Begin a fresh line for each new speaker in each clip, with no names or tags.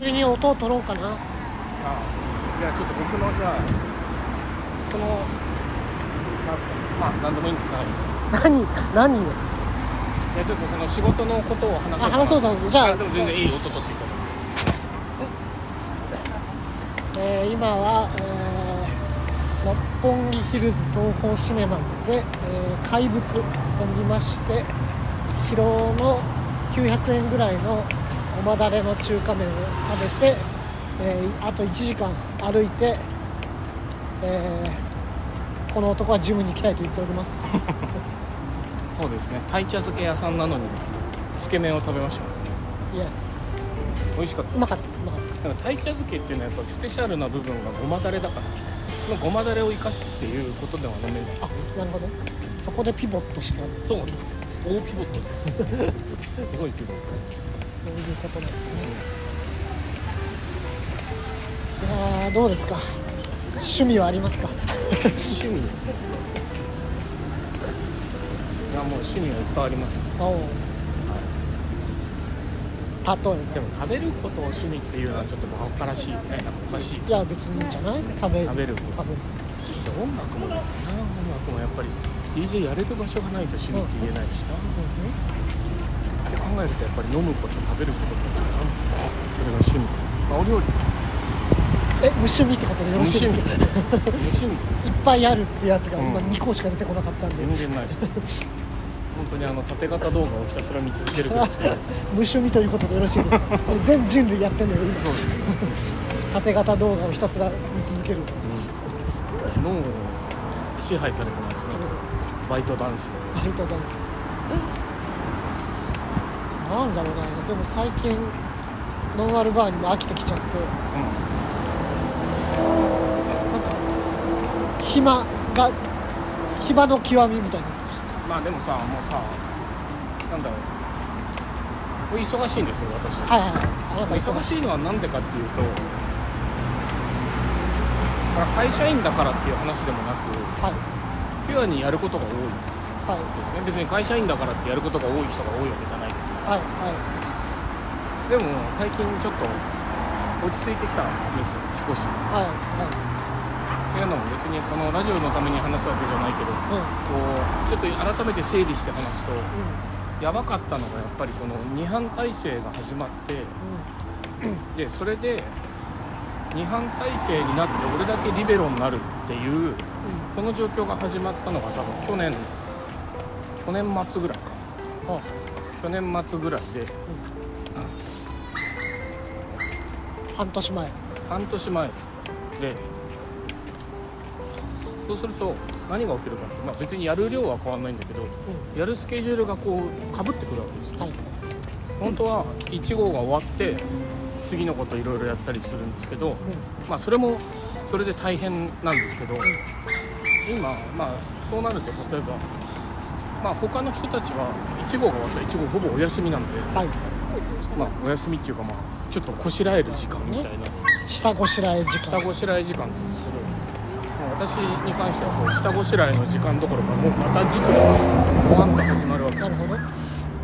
れに音を取ろうかな
あじゃあちょっと僕のじゃあこのまあまあ何でもいいんですが、はい、
何何よ
いやちょっとその仕事のことを話そうか
あ話そうとじゃあ
あでも全然いい音取っていいか
えー今は、えー六本木ヒルズ東宝シネマズで、えー怪物を見ましてキロの900円ぐらいのごまだれの中華麺を食べて、えーあと1時間歩いて、えーこの男はジムに行きたいと言っております
らそうですね鯛茶漬け屋さんなのにつけ麺を食べました
イエス
美味しかった
うまかったうまかった
なんか鯛茶漬けっていうのはやっぱスペシャルな部分がごまだれだからそのごまだれを生かすっていうことでは飲めない
あなるほどそこでピボットした
そう大ピボットですすごいピ
そう
ボッ
いうことなんですね。いやーどうですか。趣味はありますか。
ト趣味ですねいやもう趣味はいっぱいあります
おう例えば。
でも食べることを趣味っていうのはちょっとバカらしいねなんかおかしい
いや別にいいんじゃない。食べる。
食べるこ
食
と
べる
で音楽もですな音楽もやっぱり DJ やれる場所がないと趣味って言えないしな、って考えるとやっぱり飲むこと食べることってなそれが趣味、まあ、お料理
え無趣味ってことでよろしいですか。
無趣味無趣
いっ
味
ぱいあるってやつが今
うん
2個しか出てこなかったんで、
全然ない本当にあの縦型動画をひたすら見続けるぐらいしかない
無趣味ということでよろしい ですか。それ全人類やってんのよ今。
そうですね、
縦型動画をひたすら見続ける。
うん、脳を支配されてますねバイトダンス
バイトダンスなんだろうなでも最近ノンアルバーにも飽きてきちゃって
う
なんか暇が暇の極みみたいなん
まあでもさもうさなんだろうお忙しいんですよ私
はいはいはいあなた忙
忙
しい
しいのは何でかっていうとまあ会社員だからっていう話でもなく
はい
ピュアにやることが多いで
はい
すね別に会社員だからってやることが多い人が多いわけじゃないです
は
か
いは
らでも最近ちょっと落ち着いてきたんですよ少し
い
っ
は
ていうのも別にこのラジオのために話すわけじゃないけど
いはい
こうちょっと改めて整理して話すと
うんうん
やばかったのがやっぱりこの二班体制が始まってでそれで二班体制になって俺だけリベロになるっていう
う
この状況が始まったのが多分去年去年末ぐらいか
んは
去年末ぐらいで
い半年前
半年前でそうすると何が起きるかって、まあ、別にやる量は変わんないんだけどやるスケジュールがこうかぶってくるわけですよ
はい
本当は1号が終わって次のこといろいろやったりするんですけど、まあ、それもそれで大変なんですけど、今、まあ、そうなると例えば、まあ、他の人たちは1号が終わったら1号ほぼお休みなんで、
はい
まあ、お休みっていうか、まあ、ちょっとこしらえる時間みたいな
下ごしらえ時
下
間
ごしらえ時間なんですけどもう私に関してはこう下ごしらえの時間どころかもうまた実はご飯が始まるわけ、うん
なるほど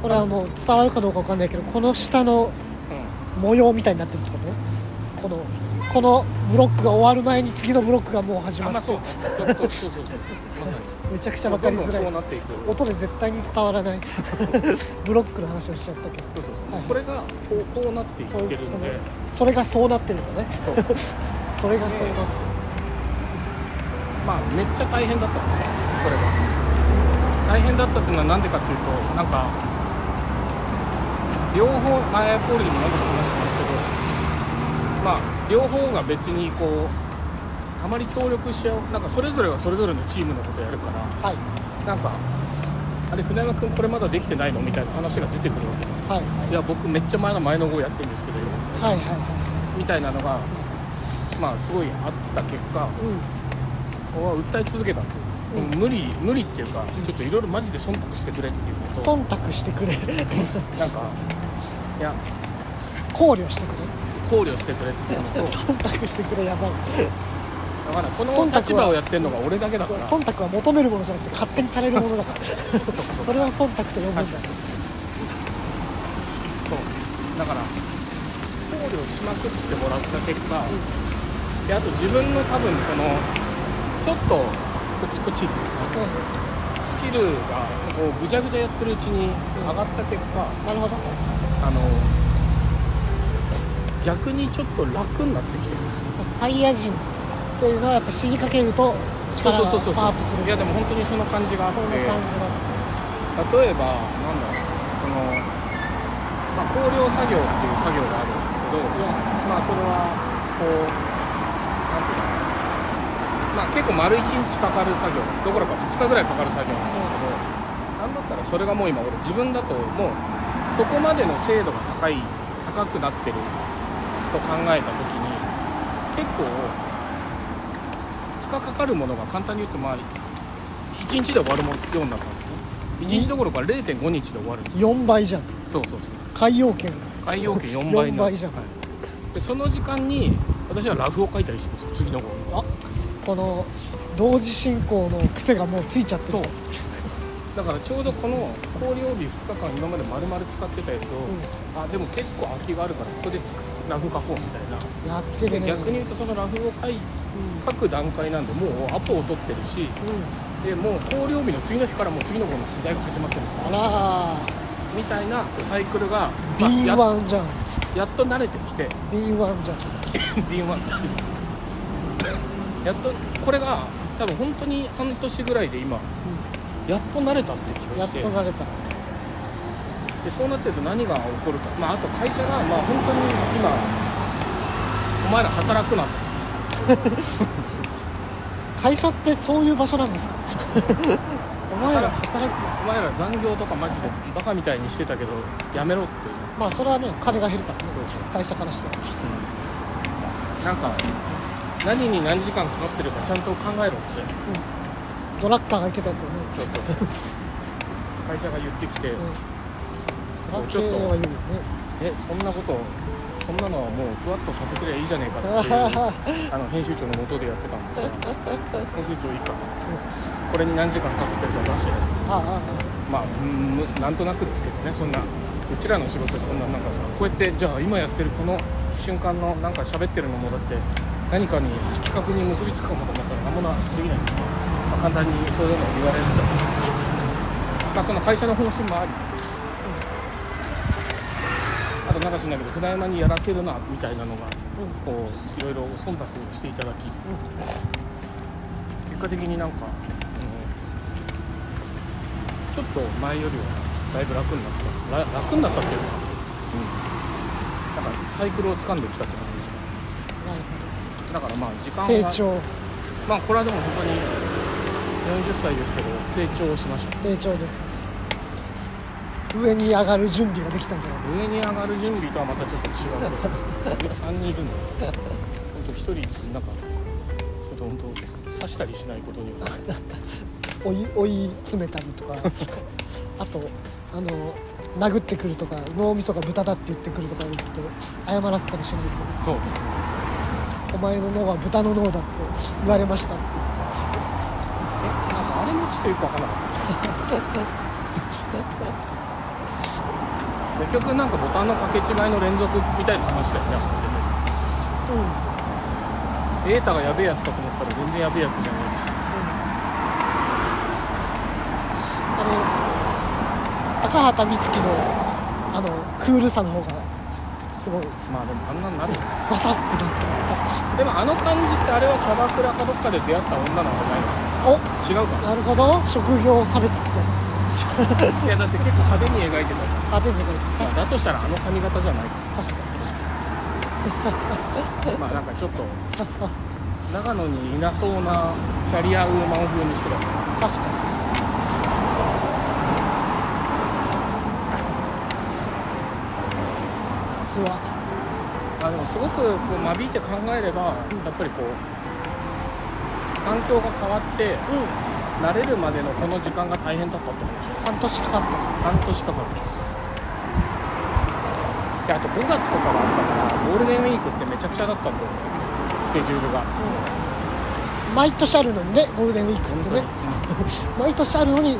これはもう伝わるかどうかわかんないけどこの下の模様みたいになってるってことこのこのブロックが終わる前に次のブロックがもう始
あ
ま
まあ
って
そうそうそうそうそうまさ に
めちゃくちゃ分かりづら
どんどんこうないっていく
音で絶対に伝わらない ブロックの話をしちゃったけど
そう
は
そうそう
い
これがこうこうなっていって
そういう
る
こと
の
ね
で
それがそうなってるのね
そう
それがそうなって
まあめっちゃ大変だったんですよこれが大変だったっていうのは何でかっていうとなんか両方前ポールにも何度か話してますけどまあ両方が別にこうあまり協力し合うなんかそれぞれがそれぞれのチームのことやるから
るはい
なんかあれ船山君これまだできてないのみたいな話が出てくるわけですよ
はい
いや僕めっちゃ前の前の号やってるんですけど今
はいはいは
みたいなのが、まあ、すごいあった結果、
いうん
僕は訴え続けたんですよ、
うん
無理無理っていうか、ちょっといろいろマジで忖度してくれっていうこと
忖度してくれ
なんか、いや、
考慮してく
考慮してくれっていうのと
れ、忖度してくれやばい
だからこ
忖度
の
は
立場をやってるのが俺だけだ
そ
か
う
ら、
忖度は求めるものじゃなくて勝手にされるものだから それを忖度と呼ぶんだ
確かにそうだから、考慮しまくってもらった結果、
う
であと自分の多分そのちょっとこっちこっち行ってみます
ん
スキルがこうぐちゃぐちゃやってるうちに上がった結果、
なるほど
あの逆にちょっと楽になってきてるんですよ
サイヤ人というのはやっぱ死にかけると力がパワーア
そうそうそうそう
ップする
いやでも本当にその感じがあって
そんな感じだ
例えばなんだろうその、まあ、香料作業っていう作業があるんですけど、
Yes
まあそれはこうなんていうのかなまあ結構丸1日かかる作業どころか2日ぐらいかかる作業なんですけど、なんだったらそれがもう今俺自分だともうそこまでの精度が高い高くなってると考えた時に結構2日かかるものが簡単に言うとまあ1日で終わるもようになったんですね1日どころか0.5日で終わる
4倍じゃん
そうそうそう
海洋圏
海洋圏4倍になる
4倍じゃん
はいでその時間に私はラフを書いたりしてるんですよ次の号
あこの同時進行の癖がもうついちゃってる
そうだからちょうどこの氷帯2日間今まで丸々使ってたやつを、あでも結構空きがあるからここでつくラフ書こうみたいな
やって
で
るね
逆に言うとそのラフを書い書く段階なんでもうアポを取ってるし
う
でもう氷帯の次の日からもう次の号の取材が始まってるんですよ
ん、あ
みたいなサイクルが、
ら
まあや
B1 じゃん
やっと慣れてきて
B1 じゃん
B1 ですやっとこれが多分本当に半年ぐらいで今やっと慣れたって気が
や
し
ってと慣れた
でそうなってると何が起こるか、まあ、あと会社が、まあ、本当に今お前ら働くなと
会社ってそういう場所なんです かお前ら働く
お前ら残業とかマジでバカみたいにしてたけどやめろっていう
まあそれはね金が減るからね
そう
会
そ
社からしては
なんか何に何時間かかってるかちゃんと考えろって
ドラッカーが言ってたやつよね、
会社が言ってきて、
うん、そら
ち
経
ょっと
営は言うよね
えそんなことそんなのはもうふわっとさせてりゃいいじゃねえかっていう
う
あの編集長の元でやってたんですよ編集長いいかこれに何時間かかってるか出し
ん
て
ああああ
まあうんむなんとなくですけどねそんなうちらの仕事そんななんかさこうやってじゃあ今やってるこの瞬間のなんか喋ってるのもだって何かに企画に結びつくかもと思ったら何もなできないんで、まあ、簡単にそういうのを言われると、まあ、その会社の方針もありあとなんか知んないけど船山にやらせるなみたいなのが
う
こういろいろ忖度をしていただき、結果的になんか、うんちょっと前よりはだいぶ楽になったら楽になったっていうか、なんかサイクルを掴んできたって感じですね
んなる
だからまあ時間
ほ
は
ど成長
まあこれはでも本当に40歳ですけど成長しました
成長ですね上に上がる準備ができたんじゃないです
上に上がる準備とはまたちょっと違うことです 上3人いるので本当一人なんかちょっと本当刺したりしないことには
か追い追い詰めたりとか あとあの殴ってくるとか脳みそが豚だって言ってくるとか言って謝らせたりしない
そうですね
とお前の脳は豚の脳だって言われましたって言って
えなんかあれもちょっとよくわからなか った結局なんかボタンの掛け違いの連続みたいな話だよね
うん
データがやべえやつかと思ったら全然やべえやつじゃないし
あの高畑充希のあのクールさの方がすごい
まあでもあんなんなるよ
バサッてなっ
でもあの感じってあれはキャバクラかどっかで出会った女なんじゃない
たお
の違うか
なるほど職業差別ってや
いやだって結構派手に描いてたか
つですねあでもね確から
だとしたらあの髪型じゃないか
に確かに確か
まあなんかちょっと長野にいなそうなキャリアウーマン風にしてたから
に確かにすわ
あでもすごくこう間引いて考えればやっぱりこう環境が変わって
うん
慣れるまでのこの時間が大変だったって話
半年かかっ
半年かかったであと5月とかはあったからゴールデンウィークってめちゃくちゃだったんだよスケジュールが
た毎年 あるのにねゴールデンウィークってね
本
毎年あるのに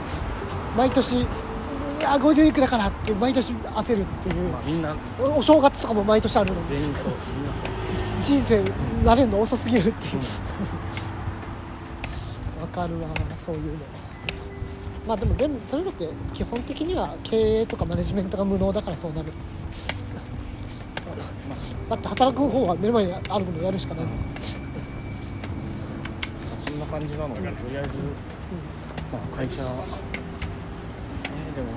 毎年いやーゴールデンウィークだからって毎年焦るっていう
まあ、みんな
お正月とかも毎年あるのに
全員そうみんなそう
人生慣れるの遅すぎるっていうわかるわそういうのまあでも全部それだって基本的には経営とかマネジメントが無能だからそうなるだ
まあ
って働く方は目の前にあるものやるしかない
そんな感じなので、とりあえず、まあ、会社、ね、でも、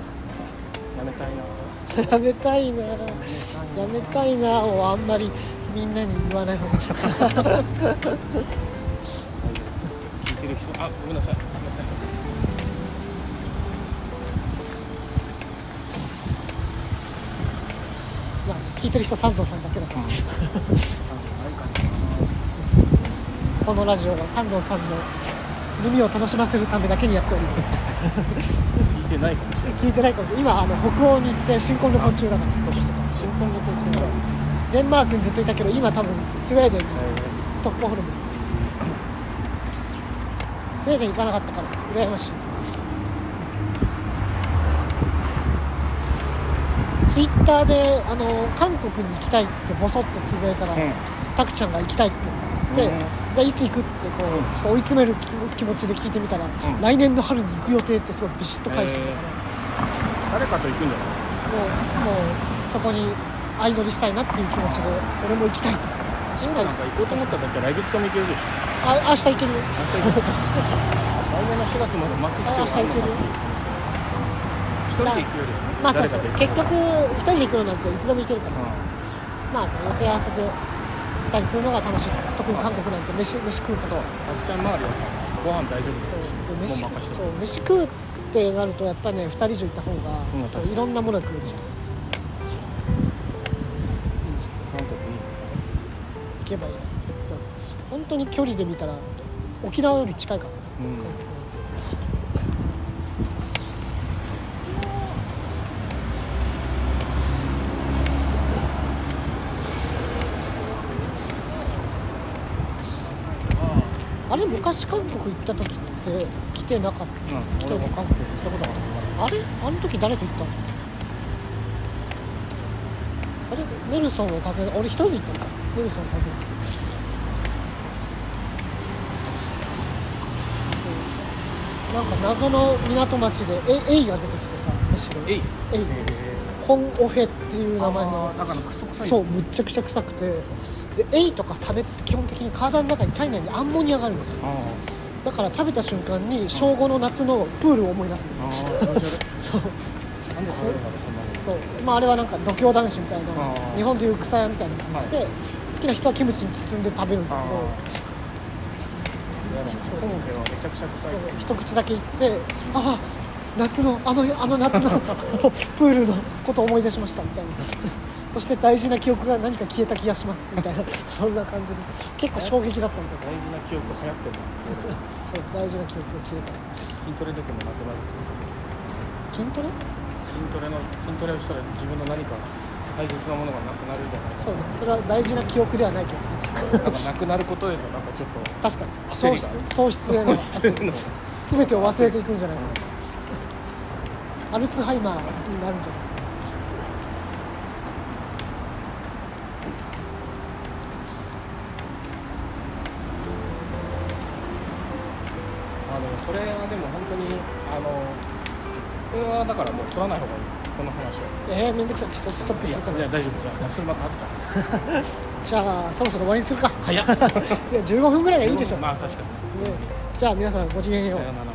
やめたい
や
な、
めたいなやめたいなをあんまりみんなに言わない方がいい
聞いてる人、あごめんなさい、
まあ聞いてる人サンドさんだけだから
あるか
このラジオはサンドさんの耳を楽しませるためだけにやっております
な、聞いてないかもしれない、
聞いてないかもしれない今あの北欧に行って新婚旅行中だから
新婚旅行中だ、
デンマークにずっといたけど今多分スウェーデンにストックホルムスウェーデン行かなかったから羨ましいツイッターであの韓国に行きたいってボソッとつぶやいたら、
うん
タクちゃんが行きたいって言って、
うん
じゃあいつ行くってこう、
うん
ちょっと追い詰める気気持ちで聞いてみたら、
ん
来年の春に行く予定ってすごいビシッと返してきたから、
誰かと行くんじゃない
もうもうそこに相乗りしたいなっていう気持ちで俺も行きたいとしっ
今
かり
なんか行こうと思ったら、だって来月とも行けるでしょ、
あ明日行けるよ
明日行く来年の4月まで待つ必要があるのかっていう気もする、一人で行くよりはね、
まあそう
誰
そう
かと行
結局一
く
人で行くのなんていつでも行けるからさ、まあ予定合わせて行ったりするのが楽しい特に韓国なんて飯飯食うから
そう、
さ
たくちゃん周りはご飯大丈夫だし、
そう
もう任
飯
せて
そう飯食うってなるとやっぱね二人以上行った方
うん確
が、
かに
いろんなものが食えるじゃん
韓国に
行けばいいよそう本当に距離で見たら沖縄より近いからね
うん
あれ昔韓国行った時って来てなかった
うん、俺も韓国行ったことがあるから
あれあの時誰と行ったのあれネルソンを訪ね俺一人で行ったんだネルソンを訪ねてなんか謎の港町でエエイが出てきてさむしろ
えい
エイホンオフェっていう名前の
あーだからクソ臭い
そうむっちゃくちゃ臭くてでエイとかサメって基本的に体の中に体内にアンモニアがあるんですよ
あ
だから食べた瞬間に小5の夏のプールを思い出すの
ーあー気持ち悪
そう
いなんで食べるんだろうそんなの
そうまああれはなんか度胸試しみたいな
あー
日本でいう草屋みたいな感じで、
は
好きな人はキムチに包んで食べるんだ
あ
けど
ーいやでも本家はめちゃくちゃ臭い
そう一口だけいってああ夏のあのあの 夏のプールのことを思い出しましたみたいなそして大事な記憶が何か消えた気がしますみたいな そんな感じで結構衝撃だったんだけど
大事な記憶流行ってるな
そう大事な記憶が消えた
筋トレでもなくなるっていう
筋トレ
筋トレの筋トレをしたら自分の何か大切なものがなくなるじゃないです
そうねそれは大事な記憶ではないけどね
かなんかなくなることへのなんかちょっと
確かに
焦
喪
りが
失喪失への
失
全
礼の
てを忘れていくんじゃないかなアルツハイマーになるんじゃないか
あのこれはでも本当にあのこれはだからもう取らない方がいいこの話は
えー、めんどくさいちょっとストップ
い
す
や
るか
い
ら
や大丈夫じゃあそれまた後か
じゃあそろそろ終わりにするか
ら早っ
いや15分ぐらいがいいでしょ、ね
まあ確かに
じゃあ皆さんごきげんよう
さよなら